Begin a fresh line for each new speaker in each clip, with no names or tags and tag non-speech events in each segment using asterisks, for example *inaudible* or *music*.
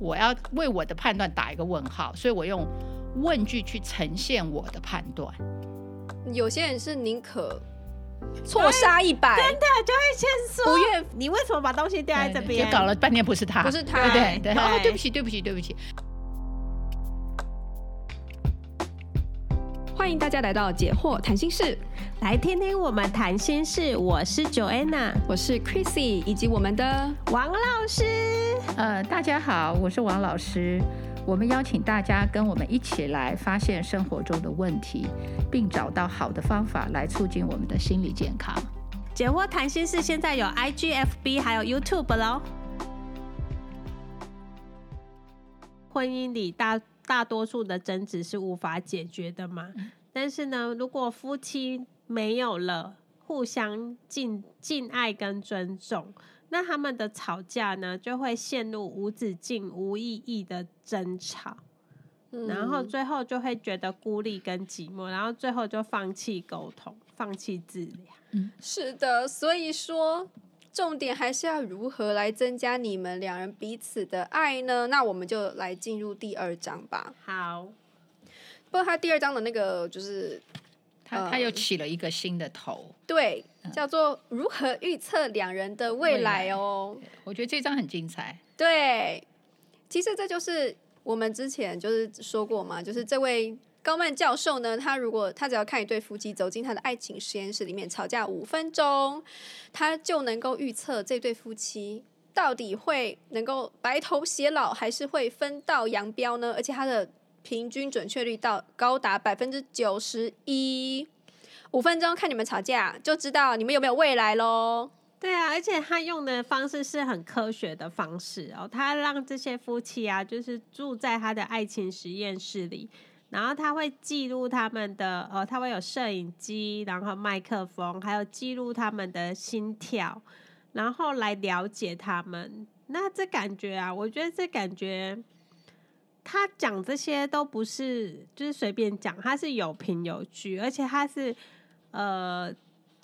我要为我的判断打一个问号，所以我用问句去呈现我的判断。
有些人是宁可错杀一百，
真的就会先说
不愿
你为什么把东西掉在这边？
就搞了半天不是他，
啊不是他
对对对，
对
哦，对不起，对不起，对不起，
欢迎大家来到解惑谈心室，
来听听我们谈心事，我是 Joanna
我是 Chrissy，以及我们的
王老师。
呃，大家好，我是王老师。我们邀请大家跟我们一起来发现生活中的问题，并找到好的方法来促进我们的心理健康。
解惑谈心事现在有 IGFB 还有 YouTube 喽。婚姻里大大多数的争执是无法解决的嘛，但是呢，如果夫妻没有了互相敬敬爱跟尊重，那他们的吵架呢就会陷入无止境、无意义的争吵。
嗯
然后最后就会觉得孤立跟寂寞，然后最后就放弃沟通，放弃治疗。
是的，所以说重点还是要如何来增加你们两人彼此的爱呢？那我们就来进入第二章吧。
好，
不过他第二章的那个就是
他
呃
他又起了一个新的头，
对，
嗯
叫做如何预测两人的未来哦。
我觉得这张很精彩。
对，其实这就是我们之前就是说过嘛，就是这位高曼教授呢，他如果他只要看一对夫妻走进他的爱情实验室里面吵架五分钟，他就能够预测这对夫妻。到底会能够白头偕老，还是会分道扬镳呢？而且他的平均准确率到高达百分之九十一，五分钟看你们吵架就知道你们有没有未来喽。
对啊，而且他用的方式是很科学的方式哦，他让这些夫妻啊，就是住在他的爱情实验室里，然后他会记录他们的呃，他会有摄影机，然后麦克风，还有记录他们的心跳，然后来了解他们。那这感觉啊，我觉得这感觉，他讲这些都不是就是随便讲，他是有凭有据，而且他是呃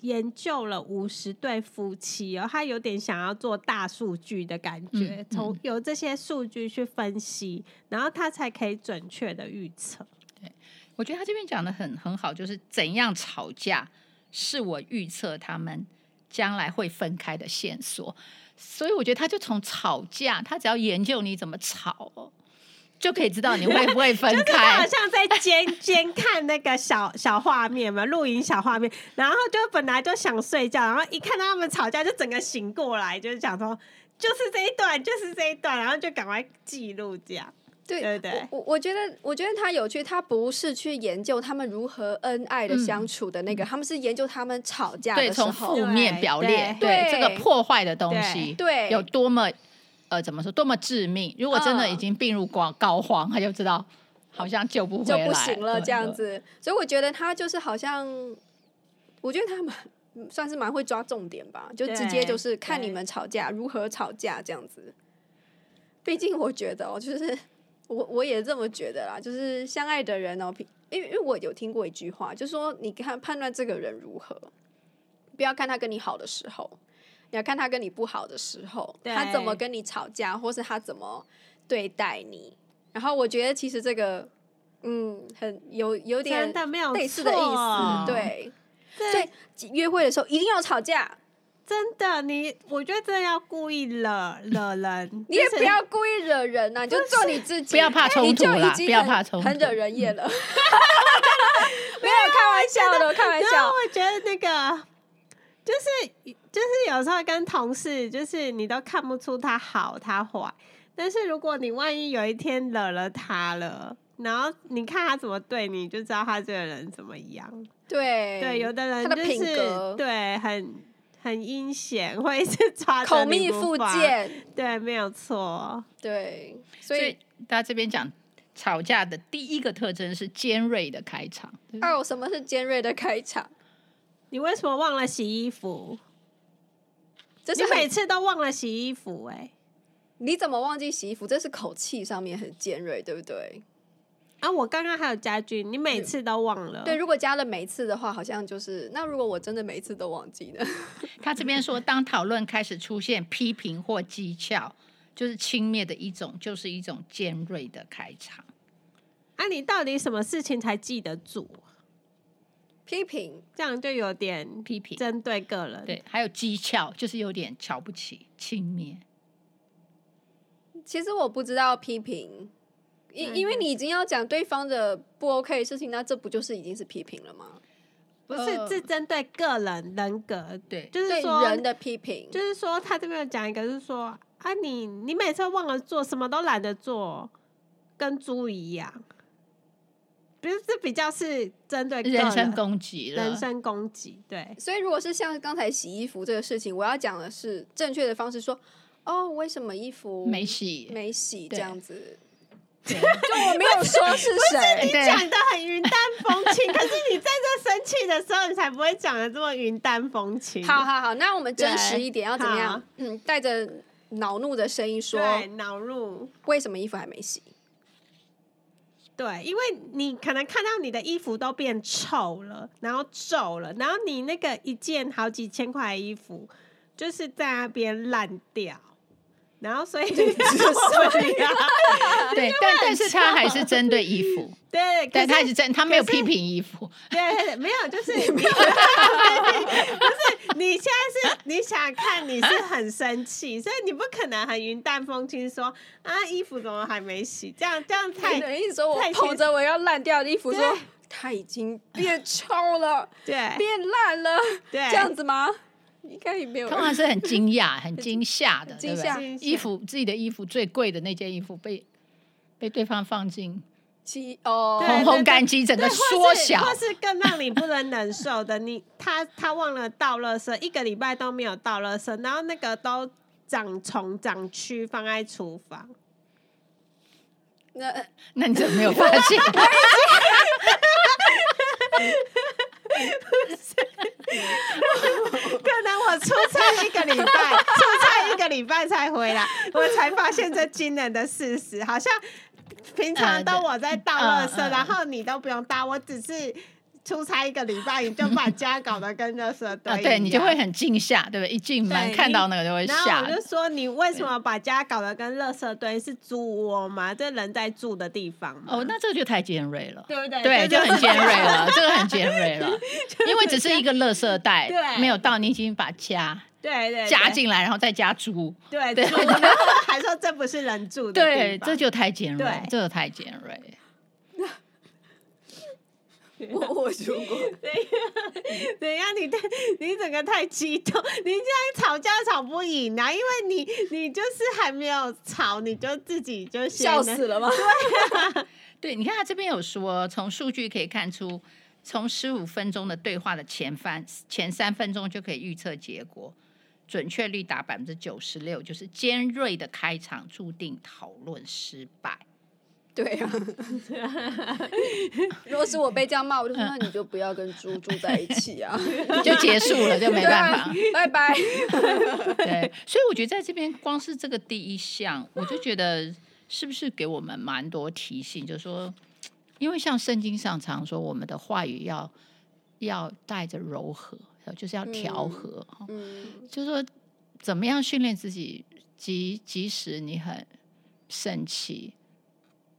研究了五十对夫妻哦，他有点想要做大数据的感
嗯
觉
嗯，
从、有这些数据去分析，然后他才可以准确的预测。
我觉得他这边讲的很很好，就是怎样吵架是我预测他们将来会分开的线索，所以我觉得他就从吵架，他只要研究你怎么吵哦，就可以知道你会不会分
就是他好
开。
像在监监看那个小小画面嘛，录影小画面，然后就本来就想睡觉，然后一看到他们吵架，就整个醒过来，就是想说，就是这一段，就是这一段，然后就赶快记录这样。
对
对对
我我我觉得，我觉得他有趣，他不是去研究他们如何恩爱的相处的那个，他们是研究他们吵架
对，
的时
从
候，
负面
对
表列，
对
这个破坏的东西，
对
有多么呃怎么说，多么致命。如果真的已
嗯
经病入膏膏肓，他就知道好像救不回
就
来，
不行了
对
这样
对
子。所以我觉得他就是好像，我觉得他蛮算是蛮会抓重点吧，就直接
对
就是看
对
你们吵架如何吵架这样子。毕竟我觉得哦，就是我我也这么觉得啦，就是相爱的人哦，平因为因为我有听过一句话，就说你看判断这个人如何，不要看他跟你好的时候，你要看他跟你不好的时候，
对
他怎么跟你吵架，或是他怎么对待你。然后我觉得其实这个，嗯，很有有点
真的没有
类似的意思，
错
对。所
对，
以约会的时候一定要吵架，
真的，你我觉得真的要故意惹惹人，
你也
就是
不要故意惹人啊呐、你就做你自己，哎
不要怕冲
你就
突啦
已经
不要
很
怕冲
很
突
惹人
*laughs*
厌了。没有开玩笑的，开玩
然后
笑。
我觉得那个就是就是有时候跟同事，就是你都看不出他好他坏，但是如果你万一有一天惹了他了。然后你看他怎么对你，就知道他这个人怎么样。
对
对，有的人
他的
就
品
是
格
对很很阴险，或者是抓着
口
你
蜜
不
腹
放。
剑，
对，没有错。
对，所
所
以
以大家这边讲吵架的第一个特征是尖锐的开场，
哦，什么是尖锐的开场？
你为什么忘了洗衣服？
这
你
是
每
很
次都忘了洗衣服、哎。
你怎么忘记洗衣服？这是口气上面很尖锐，对不对？
啊，我刚刚还有家具，你每次都忘了。
对，如果加了每一次的话，好像就是那如果我真的每一次都忘记呢？ *laughs*
他这边说，当讨论开始出现批评或讥诮，就是轻蔑的一种，就是一种尖锐的开场。
啊，你到底什么事情才记得住？
批评
这样就有点
批评
针对个人。，
对，还有讥诮，就是有点瞧不起、轻蔑。
其实我不知道批评，因因为你已经要讲对方的不 OK 的事情，那这不就是已经是批评了吗？
不是
呃
是针对个人人格，
对
就是
对
说
人的批评，
就是说，他这边有讲一个，就是说啊你，你每次忘了做，什么都懒得做，跟猪一样。不是，这比较是针对个
人身
人
攻击了，
人身攻击，对，
所以如果是像刚才洗衣服这个事情，我要讲的是正确的方式说，哦，为什么衣服
没洗，
没洗这
对
样子？
对
就我没有说是谁，
对
讲的很云淡风轻。 *laughs* 可是你在这生气的时候，你才不会讲的这么云淡风轻。
好，好好，那我们真实一点，要怎么
好
样？嗯，带着恼怒的声音说，
对，恼怒，
为什么衣服还没洗？
对，因为你可能看到你的衣服都变臭了，然后皱了，然后你那个一件好几千块的衣服，就是在那边烂掉，然后所以
*laughs*
所以啊，
对，但但是他还是针对衣服，
对， *laughs* 可
但他还
是
是针，他没有批评衣服，
对，没有，就是没有，不是你现在是你想看你是很生气，所以你不可能很云淡风轻说啊衣服怎么还没洗，这样这样太
等于说我
太
捧着我要烂掉的衣服说
对，
它已经变臭了，
对
变烂了，
对
这样子吗？应该也没有
通。常是很惊
*laughs*
讶、很惊吓的，
惊
对不
吓
对？衣服自己的衣服最贵的那件衣服被被对方放进
其哦，
对
烘
对
烘干 *laughs* 机，整
对，
个
或
缩
是
小，
或是更让你不能忍受的，你 *laughs* 他他忘了倒垃圾，一个礼拜都没有倒垃圾，然后那个都长虫长蛆放在厨房， *laughs*
那 *laughs* 呃
那你怎么没有发
*laughs*
现？
可能我出差一个礼拜，出差一个礼拜才回来， *laughs* 我才发现这惊人的事实，好像平常都我在倒垃圾，
嗯嗯嗯
然后你都不用倒，我只是。出差一个礼拜，你就把家搞得跟垃圾堆、
啊，
一
对你就
样
会很惊吓，对不对？一进门
对
看
你
到那个就会
然后
吓
我就说：“你为什么把家搞得跟垃圾堆是猪窝吗？这人在住的地方吗
哦，那这个就太尖锐了。
对不对？
对，就很尖锐
了。
了，这个很尖锐
*laughs*
了，因为只是一个垃圾袋，
对
没有到你已经把家
对对，对
加，进来，然后再加猪，
对
对
猪，然后 *laughs* 还说这不是人住的
对
地，方
这
*laughs*
就太尖锐
对，
这个太尖锐。
我我如果
等一下，你太你整个太激动，你这样吵架吵不赢啊，因为你你就是还没有吵，你就自己就先
笑死了吗？
对，你看他这边有说，从数据可以看出，从十五分钟的对话的前翻前三分钟就可以预测结果，准确率达百分之九十六，就是尖锐的开场注定讨论失败。
对啊，如果是我被这样骂，我就
嗯
说那你就不要跟猪住在一起啊，
就结束了， *laughs* 就没
对
办
啊
法。，
拜拜。
对，所以我觉得在这边光是这个第一项，我就觉得是不是给我们蛮多提醒，就是说，因为像圣经上常说，我们的话语要要带着柔和，就是要调
嗯
和，哦
嗯，
就是说怎么样训练自己，即即使你很生气，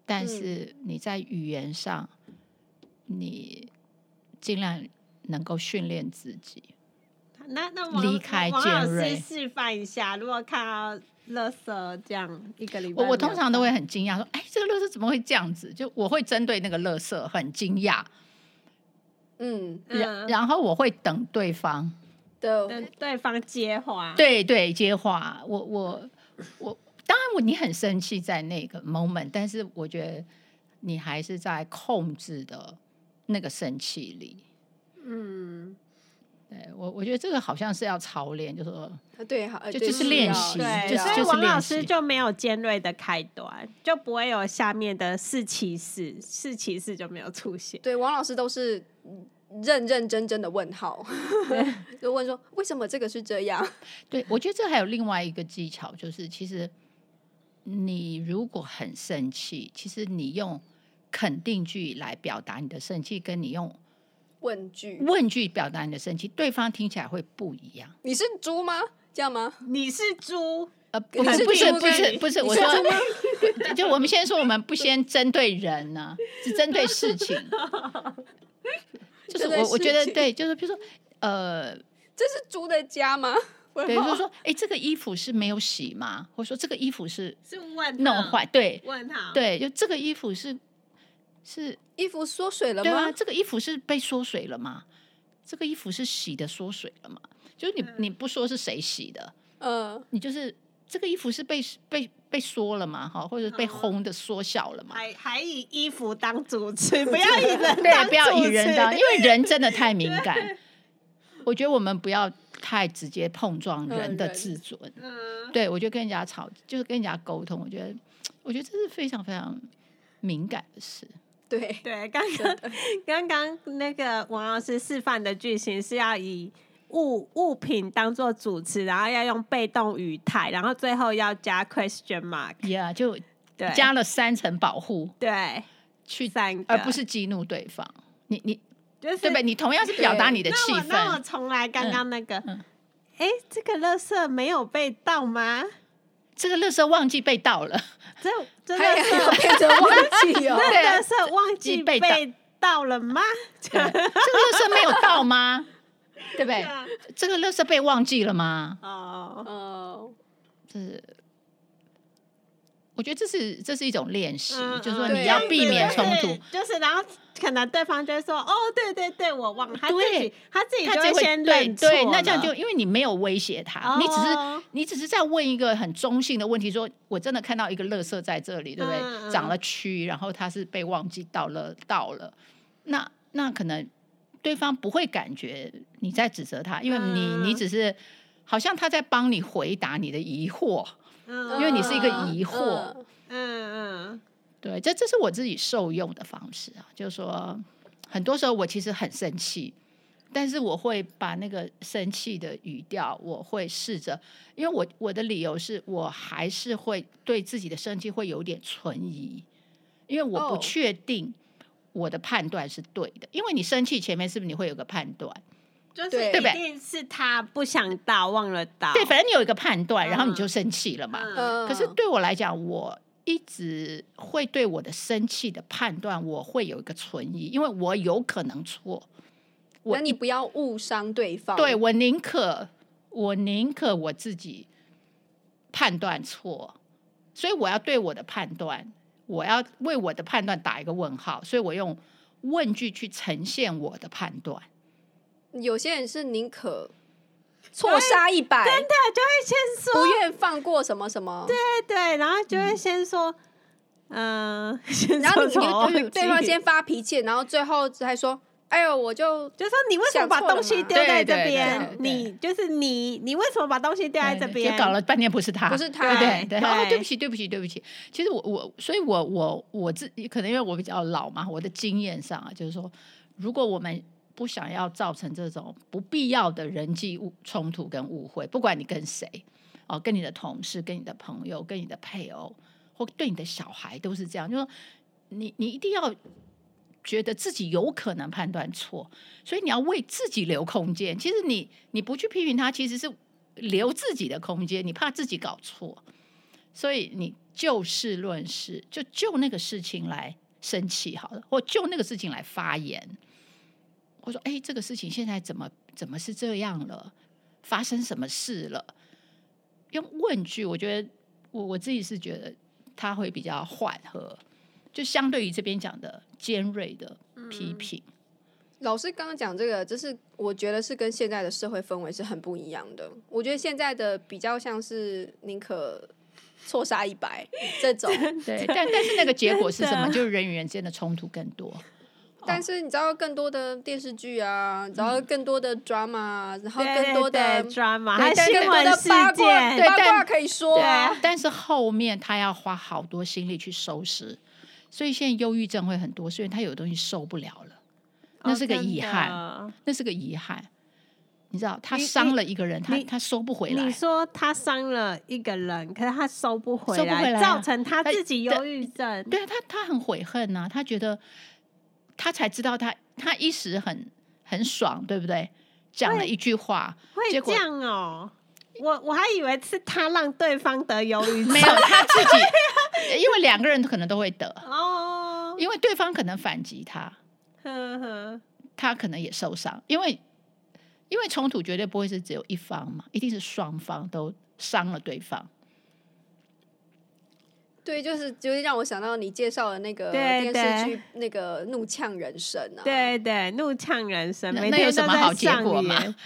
但
嗯
是你在语言上，你尽量能够训练自己。
那那王
离开
王老
尖
师
锐
示范一下，如果看到垃圾这样一个礼拜没
我
有，
我通常都会很惊讶，说：“哎，这个垃圾怎么会这样子？”就我会针对那个垃圾很惊讶，
嗯
然、
嗯
然后我会等对方，
的
等对方接话，
对对接话。我我我，当然我你很生气在那个 moment，但是我觉得你还是在控制的那个生气里。
嗯，
对我我觉得这个好像是要操练，就说
对，好，呃
就
对
就是
需
练
要
习
对，
就是
需
所
要
以
就是
王老
练
师
习
就没有尖锐的开端，就不会有下面的四骑士，四骑士就没有出现。
对，王老师都是认认真真的问号， *laughs* 就问说为什么这个是这样？
对，我觉得这还有另外一个技巧，就是其实你如果很生气，其实你用肯定句来表达你的生气，跟你用
问句，
问句表达你的生气，对方听起来会不一样。
你是猪吗？这样吗？
你是猪，
*laughs*
呃，不
你是
不是
猪
不是
吗
不是，
你
我
是
说， *laughs* 就我们先说，我们不先针对人呢、只针对事
*laughs*
情。就是
针对
我我觉得
事情
对，就是比如说，呃，
这是猪的家吗？问
对，就
号 *laughs*
是说，哎，这个衣服是没有洗吗？或者说这个衣服是
是问
啊
弄
号
坏？对
问号，
对，就这个衣服是是，
衣服缩水了
对啊，
吗？
这个衣服是被缩水了吗？这个衣服是洗的缩水了吗？就是你你不说是谁洗的，
嗯、
你就是这个衣服是被被被缩了嘛，哈，或者被
嗯
烘的缩小了嘛？
还还以衣服当主
*laughs*
持，不要以人当主持，
对，不要以人当，因为人真的太敏感。我觉得我们不要太直接碰撞
嗯
人的
人
自尊。
嗯，
对，我觉得跟人家吵，就是跟人家沟通，我觉得，我觉得这是非常非常敏感的事。 *laughs*
对，
对，刚刚刚刚那个王老师示范的剧情是要以物物品当做主词，然后要用被动语态，然后最后要加 question mark，
Yeah，就
对，
加了三层保护
对
去，
三个，
而不是激怒对方。你你
就是
对吧？你同样是表达
对
你的
那
气
我那我
氛，
重来刚刚那个，哎、
嗯
这个垃圾没有被倒吗？
这个垃圾忘记被盗
*laughs*
了。
这这
还
垃
有
圾
变成忘记
*laughs*
哦
这。
对啊
垃圾忘记
被倒
被倒了吗？
*laughs* 对，这个垃圾没有到吗？对不对？
啊
这个垃圾被忘记了吗？
哦，
哦，
这是，我觉得这是这是一种练习，
嗯
就是说
嗯
你要避免冲突。
对就是然后可能对方就会说，哦，对对对，我忘了，他自
对
己他自己
他
就
才
先
对
认错
对，那这样
了
就因为你没有威胁他，你只是
哦
你只是在问一个很中性的问题，说我真的看到一个垃圾在这里，对不
嗯
对？
嗯
长了蛆，然后它是被忘记倒了倒了，那那可能对方不会感觉你在指责他，因为你
嗯
你只是好像他在帮你回答你的疑惑，
嗯
因为你是一个
嗯
疑惑，
嗯
嗯嗯
对，这这是我自己受用的方式啊，就是说，很多时候我其实很生气，但是我会把那个生气的语调，我会试着，因为我我的理由是我还是会对自己的生气会有点存疑，因为我不
哦
确定我的判断是对的，因为你生气前面是不是你会有个判断？
就是
对
对不
一
对
定是他不想倒，忘了倒，
对，反正你有一个判断，然后你
嗯
就生气了嘛。
嗯
嗯
可是对我来讲，我一直会对我的生气的判断，我会有一个存疑，因为我有可能错。我
那你不要误伤对方。
对我宁可我宁可我自己判断错，所以我要对我的判断，我要为我的判断打一个问号，所以我用问句去呈现我的判断。
有些人是宁可错杀一百，
真的就会先说
不愿放过什么什么。对，
对，然后就会先说，嗯， *laughs* 先
然后你就
说我
对对
忘 *laughs*
方
记
先发脾气，然后最后还说：“哎呦，我就
就说你为什么
想
把
错了
东西
吗
丢在
对对
这
对
边？
对
你就是你，你为什么把东西丢在这
对
边？
就搞了半天不是他，
不是他哎
对对
对
对，哦，对不起，对不起，对不起。其实我我，所以我我我自己可能因为我比较老嘛，我的经验上啊，就是说，如果我们不想要造成这种不必要的人际误冲突跟误会，不管你跟谁，哦，跟你的同事、跟你的朋友、跟你的配偶，或对你的小孩都是这样，就是说你你一定要觉得自己有可能判断错，所以你要为自己留空间。其实你你不去批评他，其实是留自己的空间，你怕自己搞错，所以你就事论事，就就那个事情来生气好了，或就那个事情来发言。我说，哎，这个事情现在怎么怎么是这样了？发生什么事了？用问句，我觉得我我自己是觉得它会比较缓和，就相对于这边讲的尖锐的批
嗯 *laughs*
评。
老师刚刚讲这个，就是我觉得是跟现在的社会氛围是很不一样的。我觉得现在的比较像是宁可错杀一
*laughs*
百这种，
对，但但是那个结果是什么？
真的
就是人与人之间的冲突更多。
但是你知道更多的电视剧啊，然后更多的 drama，啊然后
嗯对
更多的
drama，
对
还有
但
新
更多
闻
的
事
八卦，
对
件，
八
但
卦可以说啊。
但是后面他要花好多心力去收拾，所以现在忧郁症会很多，是因为他有东西受不了了，
哦
那是个遗憾，
憾。
那是个遗憾。你知道，他
你你
伤了一个人，他
你
他收不回
你
来。
说他伤了一个人，可是他收不回
收不回来啊
造成他自己
他
忧郁症。
对啊，他他很悔恨呐、他觉得他才知道他他一
*laughs*
时很很爽，对不对？讲了一句话，
会
结果
这样哦，我我还以为是他让对方得忧郁症
没有他自己， *laughs* 因为两个人可能都会得，
哦，
因为对方可能反击他，
呵呵，
他可能也受伤，因为因为冲突绝对不会是只有一方嘛，一定是双方都伤了对方。
对，就是就是让我想到你介绍的那个
对
电视
对
剧那个《怒呛人生》啊，
对对，怒呛人生，
那
每
那有
天
什
都
么
在
好结
上
果嘛
演
*laughs*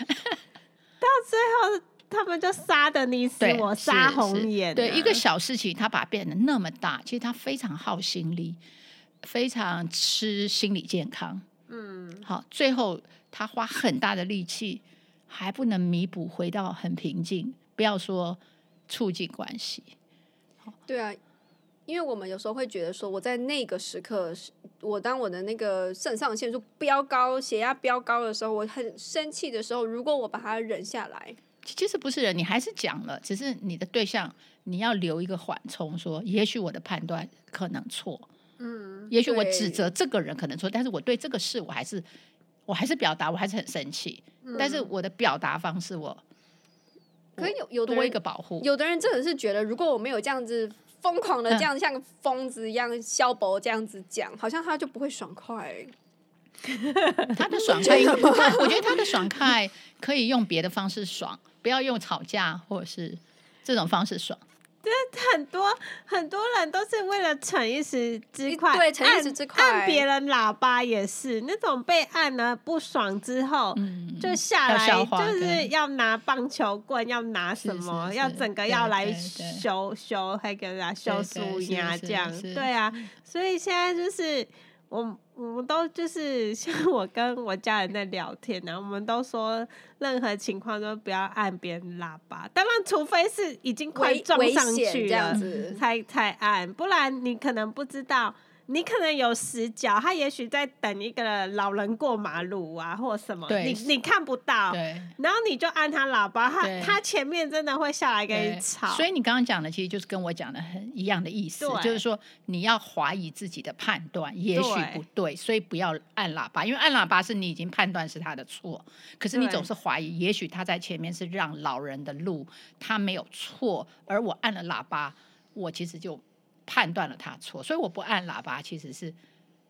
到最后他们就杀的你死
对，
我，
是
杀
是
红眼啊、
对，一个小事情，他把它变得那么大，其实他非常耗心力，非常吃心理健康。
嗯，
好，最后他花很大的力气，还不能弥补，回到很平静。不要说促进关系，
对啊，因为我们有时候会觉得说，我在那个时刻，我当我的那个肾上腺素飙高、血压飙高的时候，我很生气的时候，如果我把它忍下来，
其其实不是人，你还是讲了，只是你的对象你要留一个缓冲，说也许我的判断可能错，嗯，也许我
对
指责这个人可能错，但是我对这个事我还是我还是表达，我还是很生气，
嗯
但是我的表达方式我
可是有有的
多一
人
个，保护，
有的人真的是觉得，如果我没有这样子疯狂的
嗯
这样、像个疯子一样消薄这样子讲，好像他就不会爽快、
他的爽快，他我觉得他的爽快可以用别的方式爽，不要用吵架或者是这种方式爽。
很多很多人都是为了逞一时之快，
对逞一时之快
按按别人喇叭也是那种被按了不爽之后。
嗯，
就下
要
来
消化
就是
对
要拿棒球棍，要拿什
是是
么，
是
要整个
对
要来
对对
修修，还给人家修
对
书
对是
牙
是
这样，
是
对啊，所以现在就是我我们都就是像我跟我家人在聊天然后我们都说任何情况都不要按别人喇叭，当然除非是已经快
危
撞
危
上
险
去
这样
了
子 *laughs*
才才按，不然你可能不知道。你可能有死角，他也许在等一个老人过马路啊，或什么，
对
你你看不到，
对。
然后你就按他喇叭，他
对
他前面真的会下来跟
对
你吵，
所以你刚刚讲的其实就是跟我讲的很一样的意思，
对
就是说你要怀疑自己的判断，也许
对
不对，所以不要按喇叭，因为按喇叭是你已经判断是他的错，可是你
对
总是怀疑，也许他在前面是让老人的路，他没有错，而我按了喇叭，我其实就判断了他错，所以我不按喇叭其实是。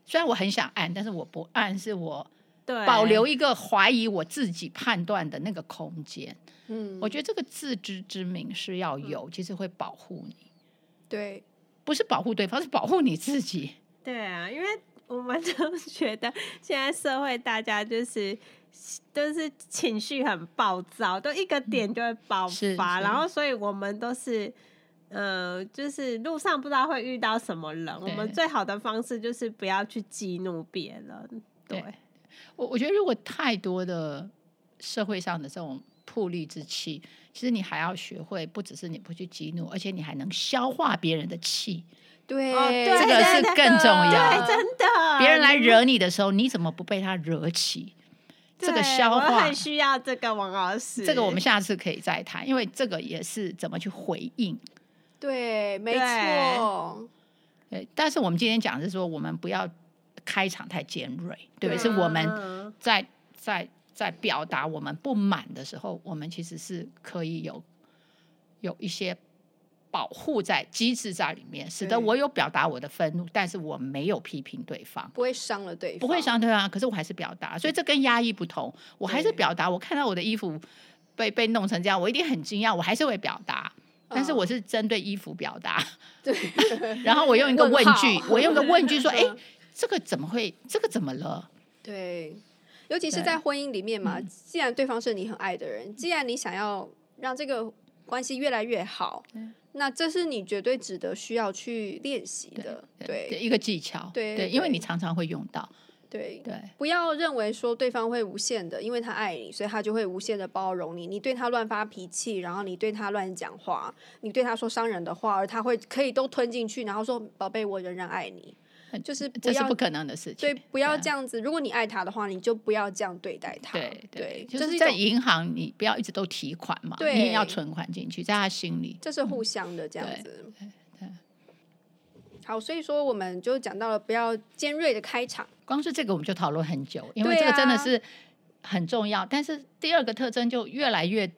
虽然我很想按，但是我不按，是我
对
保留一个怀疑我自己判断的那个空间。
嗯，
我觉得这个自知之明是要
嗯
有，其实会保护你，
对，
哦
不是保护对方，是保护你自己。
对啊，因为我们都 *laughs* 觉得现在社会大家就是都是情绪很暴躁，都一个点就会爆
嗯是
发，
是
然后所以我们都是。呃，就是路上不知道会遇到什么人，我
对
们最好的方式就是不要去激怒别人。对，
对我我觉得，如果太多的社会上的这种暴戾之气，其实你还要学会，不只是你不去激怒，而且你还能消化别人的气，
对，
哦对
这个是更重
对，
要。
真的，
别人来
啊你
惹你的时候，你怎么不被他惹起？这个
对
消
我
化
很需要这个王老师。
这个我们下次可以再谈，因为这个也是怎么去回应。
对，没
对
错，
对，呃但是我们今天讲的是说，我们不要开场太尖锐，对不对？
对
是我们
嗯
在在在表达我们不满的时候，我们其实是可以有有一些保护在机制在里面，使得
对
我有表达我的愤怒，但是我没有批评对方。
不会伤了对方，
不会
*laughs*
伤对方，可是我还是表达，所以这跟压抑不同。我还是
对
表达，我看到我的衣服被被弄成这样，我一定很惊讶，我还是会表达，但是
嗯
我是针对衣服表达。
对，
然后我用一个问句
问号，
我用一个问句
*laughs*
说：“哎、这个怎么会？这个怎么了
对，尤其是
对
在婚姻里面嘛，
嗯
既然对方是你很爱的人，既然你想要让这个关系越来越好，那这是你绝对值得需要去练习的？”，对
一个技巧，
对对
因为你常常会用到，
对。
对
不要认为说对方会无限的，因为他爱你，所以他就会无限的包容你。你对他乱发脾气，然后你对他乱讲话，你对他说伤人的话，而他会可以都吞进去，然后说：“宝贝，我仍然爱你。”就是不
这是
要
不可能的事情。
对，不要
对啊
这样子。如果你爱他的话，你就不要这样对待他。
对
对，
就
这
是
一
在
种
银行，你不要一直都提款嘛，你也要
对
存款进去，在他心里。
这是互相的这样
嗯对
子。好，所以说我们就讲到了不要尖锐的开场，
光是这个我们就讨论很久，因为
对
这个真的
啊
是很重要。但是第二个特征就越来越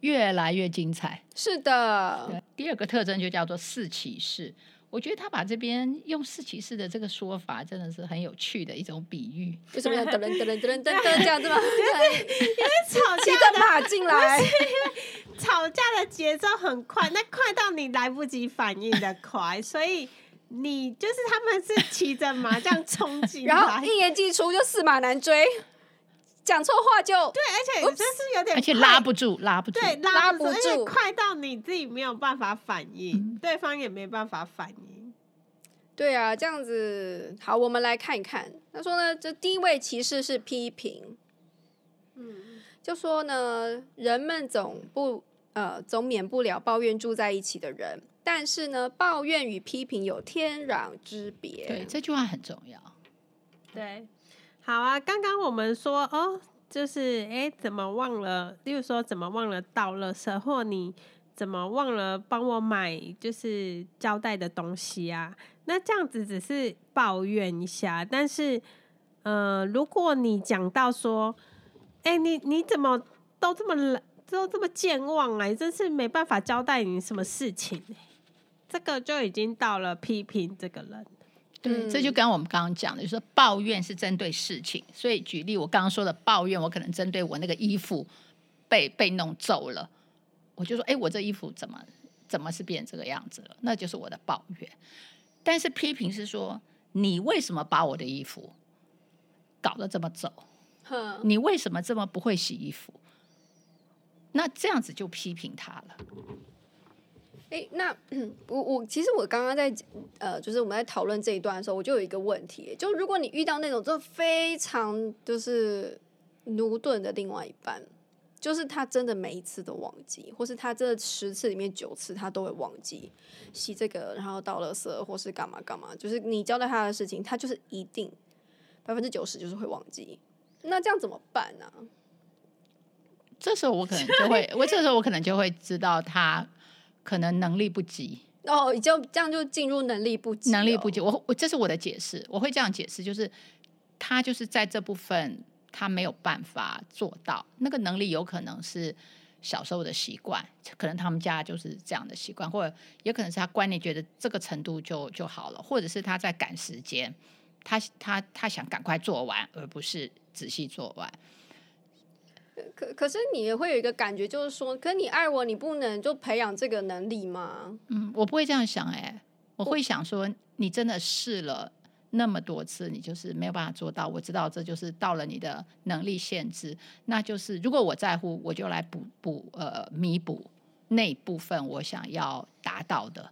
越来越精彩。
是 *laughs* 的，
对，第二个特征就叫做四骑士。我觉得他把这边用四骑士的这个说法，真的是很有趣的一种比喻。
为什么噔噔噔噔噔噔噔这样
*laughs*
子吗？
吵
骑
架
着马进来，
吵架的节奏很快，那快到你来不及反应的快，所以你就是他们是骑着马这样冲进来，
*laughs* 然后一言既出就驷马难追，讲错话就
对，而且真是有点快，
而且拉不住，拉不住。
对
拉
拉
不
而且
住
快到你自己没有办法反应，对方也没办法反应。
对啊，这样子好，我们来看一看。他说呢，这第一位歧视是批评，嗯，就说呢，人们总不呃总免不了抱怨住在一起的人，但是呢，抱怨与批评有天壤之别。
对，这句话很重要。
对，好啊，刚刚我们说哦，就是哎，怎么忘了？例如说，怎么忘了倒垃圾，或你怎么忘了帮我买就是胶带的东西啊？那这样子只是抱怨一下，但是，呃，如果你讲到说，哎，你你怎么都这么懒都这么健忘啊？你真是没办法交代你什么事情、这个就已经到了批评这个人。
对，这就
嗯
跟我们刚刚讲的，就是说抱怨是针对事情。所以举例，我刚刚说的抱怨，我可能针对我那个衣服被被弄皱了，我就说，哎，我这衣服怎么怎么是变这个样子了？那就是我的抱怨。但是批评是说，你为什么把我的衣服搞得这么皱？
哼，
你为什么这么不会洗衣服？那这样子就批评他了。
哎，那我我其实我刚刚在呃，就是我们在讨论这一段的时候，我就有一个问题，就如果你遇到那种就非常就是奴钝的另外一半，就是他真的每一次都忘记，或是他这十次里面九次他都会忘记洗这个，然后倒垃圾或是干嘛干嘛，就是你交代他的事情，他就是一定百分之九十就是会忘记。那这样怎么办呢、
这时候我可能就会，我这时候我可能就会知道他可能能力不及。
哦，就这样就进入能力不及、哦
能力不及。，我我这是我的解释，我会这样解释，就是他就是在这部分他没有办法做到，那个能力有可能是小时候的习惯，可能他们家就是这样的习惯，或者也可能是他观念觉得这个程度就就好了，或者是他在赶时间，他他他想赶快做完，而不是仔细做完。
可可是你也会有一个感觉，就是说，可你爱我，你不能就培养这个能力吗？
嗯，我不会这样想哎、我会想说，你真的试了那么多次，你就是没有办法做到。我知道这就是到了你的能力限制，那就是如果我在乎，我就来补补呃弥补那一部分我想要达到的。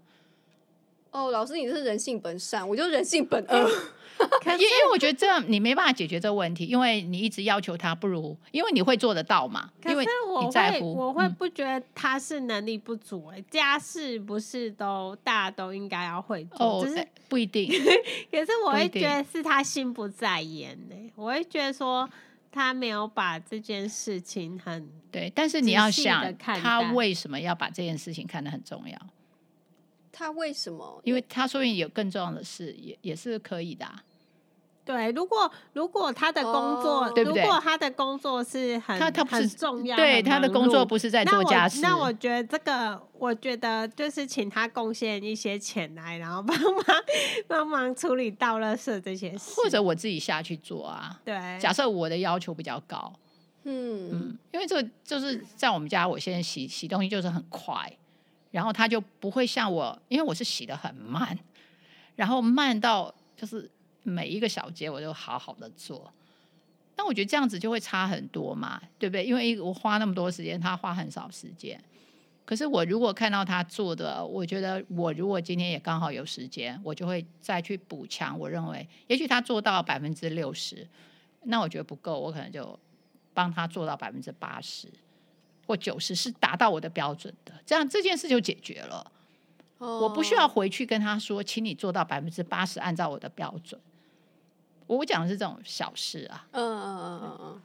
哦，老师，你是人性本善，我就人性本恶。
*laughs*
呃
可
因因为我觉得这样你没办法解决这个问题，因为你一直要求他，不如因为你会做得到嘛，
可
因为
是我
你在
会，
乎。
我会
嗯
不觉得他是能力不足、欸，家事不是都大家都应该要会做，
哦
只，是
哎不一
*laughs*
定，
可是我
不一
会
定
觉得是他心不在焉呢、我会觉得说他没有把这件事情很
对。但是
仔
你要
细地
想，
看
他
待
为什么要把这件事情看得很重要？
他为什么？
因为他说不定有更重要的事，也也是可以的、啊。
对。如果如果他的工作，
哦
对不对
如果他的工作是很
他他不是
很重要，
对
很
他的
忙
工作
碌
不是在
那
做
我
家事，
那我觉得这个，我觉得就是请他贡献一些钱来，然后帮忙 *laughs* 帮忙处理倒垃圾这些事，
或者我自己下去做啊。
对，
假设我的要求比较高，
嗯，
嗯，因为这个就是在我们家，我现在洗洗东西就是很快，然后他就不会像我，因为我是洗的很慢，然后慢到就是每一个小节我都好好的做。但我觉得这样子就会差很多嘛，对不对？因为我花那么多时间，他花很少时间。可是我如果看到他做的，我觉得我如果今天也刚好有时间，我就会再去补强。我认为，也许他做到百分之六十，那我觉得不够，我可能就帮他做到百分之八十或九十，是达到我的标准的。这样这件事就解决了，
哦
我不需要。回去跟他说，请你做到百分之八十，按照我的标准。我讲的是这种小事啊，
嗯嗯嗯嗯嗯。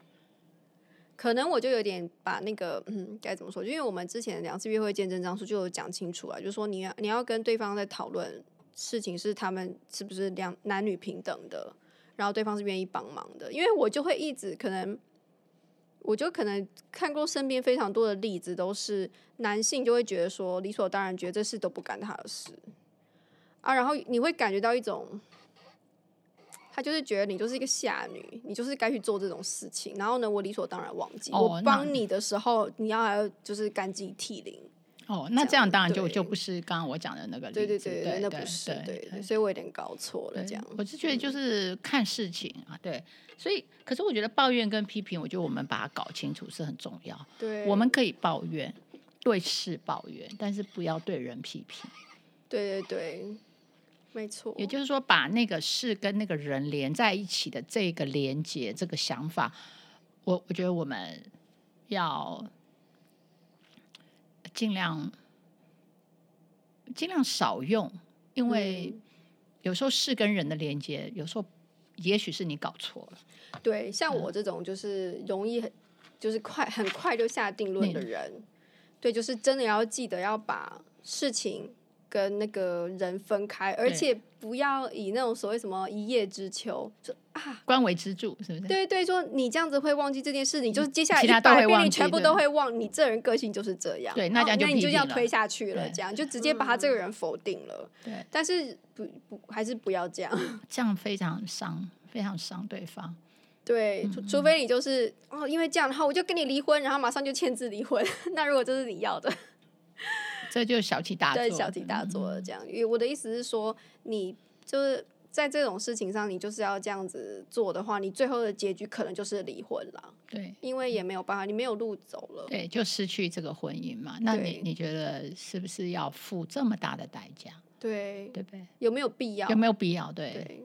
可能我就有点把那个嗯该怎么说，就因为我们之前两次约会见证张书就有讲清楚啊，就说你要你要跟对方在讨论事情是他们是不是两男女平等的，然后对方是愿意帮忙的，因为我就会一直可能我就可能看过身边非常多的例子，都是男性就会觉得说理所当然，觉得这事都不干他的事啊，然后你会感觉到一种，他就是觉得你就是一个下女，你就是该去做这种事情，然后呢，我理所当然忘记，
哦
我
那
帮你的时候，你要还要就是感激涕零，
哦，那这样当然就就
对
不是刚刚我讲的那个例
对对
子
对
对，
那不是
对
对，所以我有点搞错了
对
这样。
我是觉得就是看事情啊，对，所以可是我觉得抱怨跟批评，我觉得我们把它搞清楚是很重要。
对，
我们可以抱怨，对事抱怨，但是不要对人批评。
对对对，没错，
也就是说，把那个事跟那个人连在一起的这个连接，这个想法，我我觉得我们要尽量尽量少用，因为
嗯
有时候事跟人的连接，有时候也许是你搞错了。
对，像
嗯
我这种就是容易很，就是快很快就下定论的
嗯
人，对，就是真的要记得要把事情跟那个人分开，而
对
且不要以那种所谓什么一叶知秋，就
官为支柱是不是？
对对，说你这样子会忘记这件事，你就是接下来
嗯其他
一
都会
百遍
忘
你
记
全部
对
都会忘，你这人个性就是这样，
对那这样
哦
就
那你就
批评
要
了
推下去了，
对嗯
这样就直接把他这个人否定了，
对，
但是不不还是不要这样。
这样非常伤，非常伤对方。
对，除除
嗯
非你就是哦，因为这样，然后我就跟你离婚，然后马上就签字离婚。 *laughs* 那如果这是你要的，
这就是小题大做，嗯
对，小题大做了这样。因为我的意思是说，你就是在这种事情上，你就是要这样子做的话，你最后的结局可能就是离婚啦，
对
因为也没有办法，你没有路走了。
对，就失去这个婚姻嘛。那你
对
你觉得是不是要付这么大的代价？
对，
对不对？
有没有必要？
有没有必要？对，
对，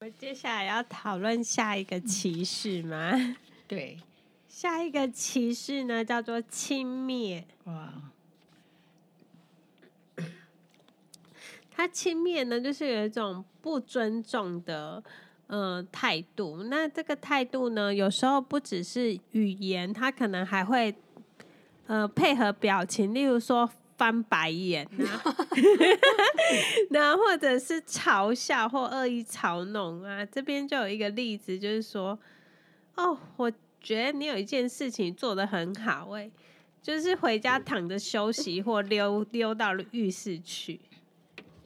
我接下来要讨论下一个歧视吗？ *laughs*
对，
下一个歧视呢，叫做轻蔑。
哇，
他轻蔑呢，就是有一种不尊重的呃态度。那这个态度呢，有时候不只是语言，他可能还会呃配合表情，例如说翻白眼啊， *laughs* 那或者是嘲笑或恶意嘲弄啊。这边就有一个例子，就是说，哦，我觉得你有一件事情做得很好、欸，就是回家躺着休息，或溜溜到浴室去。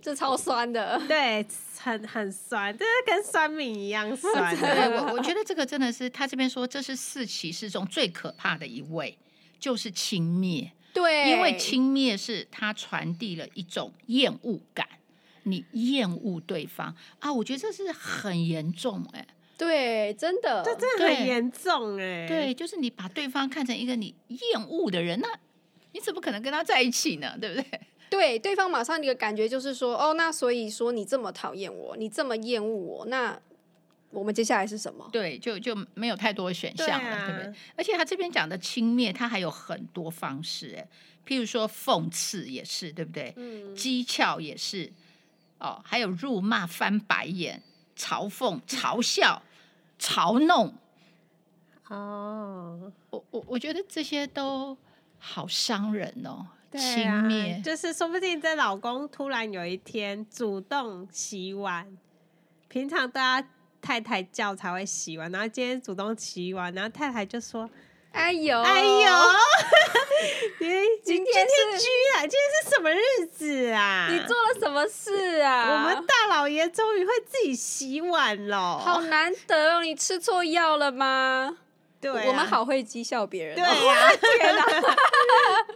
这超酸的。 *laughs*
对，很很酸，就是跟酸敏一样酸
对
的。
我我觉得这个真的是他这边说，这是四骑士中最可怕的一位，就是轻蔑，
对，
因为轻蔑是他传递了一种厌恶感，你厌恶对方啊，我觉得这是很严重哎、
对，真的，
这真的
对
很严重哎、
对，就是你把对方看成一个你厌恶的人，那你怎么可能跟他在一起呢？对不对？
对，对方马上一个感觉就是说，哦，那所以说你这么讨厌我，你这么厌恶我，那我们接下来是什么？
对，就就没有太多选
对
项了，对不
啊
对？，而且他这边讲的轻蔑，他还有很多方式，哎，譬如说讽刺也是，对不对？
嗯，
讥诮也是，哦，还有辱骂、翻白眼、嘲讽、嘲笑、嘲弄，
哦，
我我我觉得这些都好伤人哦，
对
轻
啊
蔑，
就是说不定这老公突然有一天主动洗碗，平常都要太太叫才会洗碗，然后今天主动洗碗，然后太太就说
哎呦，：“ *laughs*
哎呦，你
今
今
天
天
是
居然今天是什么日子啊？
你做了什么事啊？
我们大老爷终于会自己洗碗了，
好难得哦，你吃错药了吗？
对啊、
我们好会讥笑别人、
对啊
哦，
呀、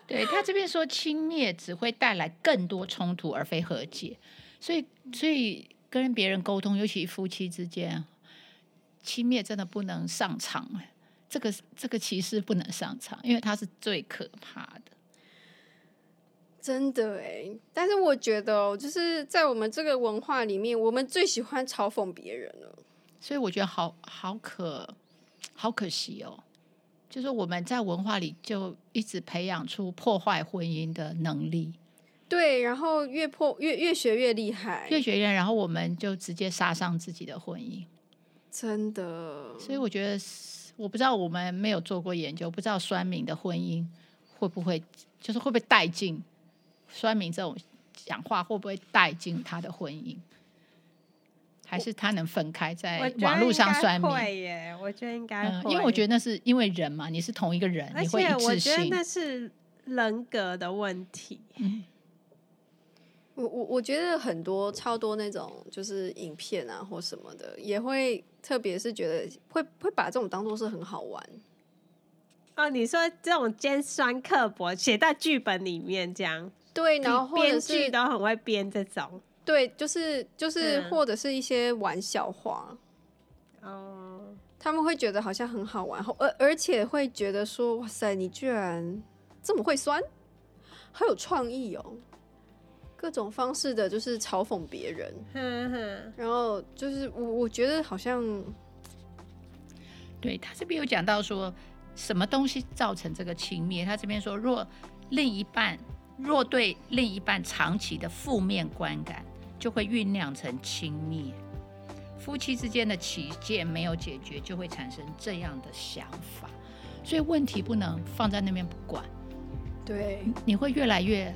对他这边说轻蔑只会带来更多冲突，而非和解。所以，所以跟别人沟通，尤其夫妻之间，啊轻蔑真的不能上场。哎这个这个歧视不能上场，因为它是最可怕的。
真的哎。但是我觉得、哦，就是在我们这个文化里面，我们最喜欢嘲讽别人了。
所以我觉得好好可好可惜哦，就是我们在文化里就一直培养出破坏婚姻的能力，
对，然后越破越越学越厉害，
越学越，然后我们就直接杀伤自己的婚姻。
真的。
所以我觉得是，我不知道我们没有做过研究，不知道酸民的婚姻会不会，就是会不会带进酸民这种讲话，会不会带进他的婚姻？还是他能分开在
我觉得
哎网络上
应该
算命？
会耶，我觉得应该
嗯
会，，
因为我觉
得，
得那是因为人嘛，你是同一个人，
而
你会一
且我
致
觉得
性。
那是人格的问题。
我我我觉得很多超多那种就是影片啊或什么的，也会特别是觉得会会把这种当做是很好玩，
哦，你说这种尖酸刻薄写到剧本里面这样，
对，然后或者
编剧
是
都很会编这种。
对，就是就是
嗯
或者是一些玩笑话，
哦，
他们会觉得好像很好玩，而而且会觉得说哇塞，你居然这么会酸，好有创意哦，各种方式的就是嘲讽别人，
哼哼，
然后就是我我觉得好像
对他这边有讲到说，什么东西造成这个轻蔑？他这边说，若另一半若对另一半长期的负面观感，就会酝酿成轻蔑。夫妻之间的歧见没有解决，就会产生这样的想法。所以问题不能放在那边不管，
对
你会越来越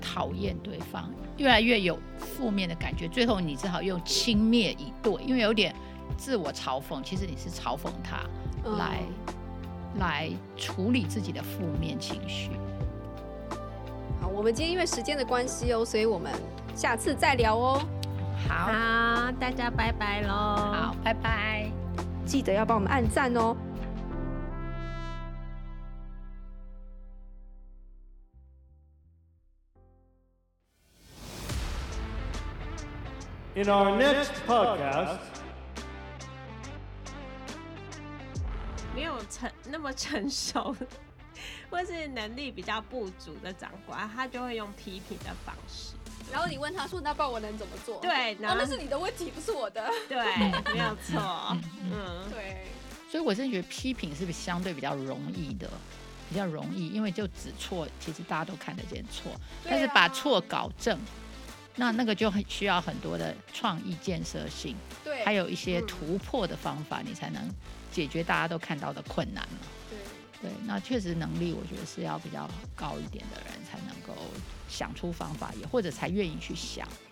讨厌对方，越来越有负面的感觉，最后你只好用轻蔑以对，因为有点自我嘲讽，其实你是嘲讽他。
嗯
来、来处理自己的负面情绪。
好，我们今天因为时间的关系哦，所以我们下次再聊哦。
好，
好，大家拜拜喽。好
好，拜拜。
记得要帮我们按赞哦。
In our next podcast,
没有成那么成熟，或是能力比较不足的长官，他就会用批评的方式。
然后你问他说：“那爸我能怎么做？”
对然
然
后
后哦那是你的问题，不是我的。
对，没有错。嗯，
对，
所以我真的觉得批评是不是相对比较容易的，比较容易，因为就指错，其实大家都看得见错，
对啊
但是把错搞正，那那个就很需要很多的创意建设性，
对，
还有一
嗯
些突破的方法，你才能解决大家都看到的困难嘛。
对，
对，那确实能力，我觉得是要比较高一点的人才能够想出方法，也或者才愿意去想。
嗯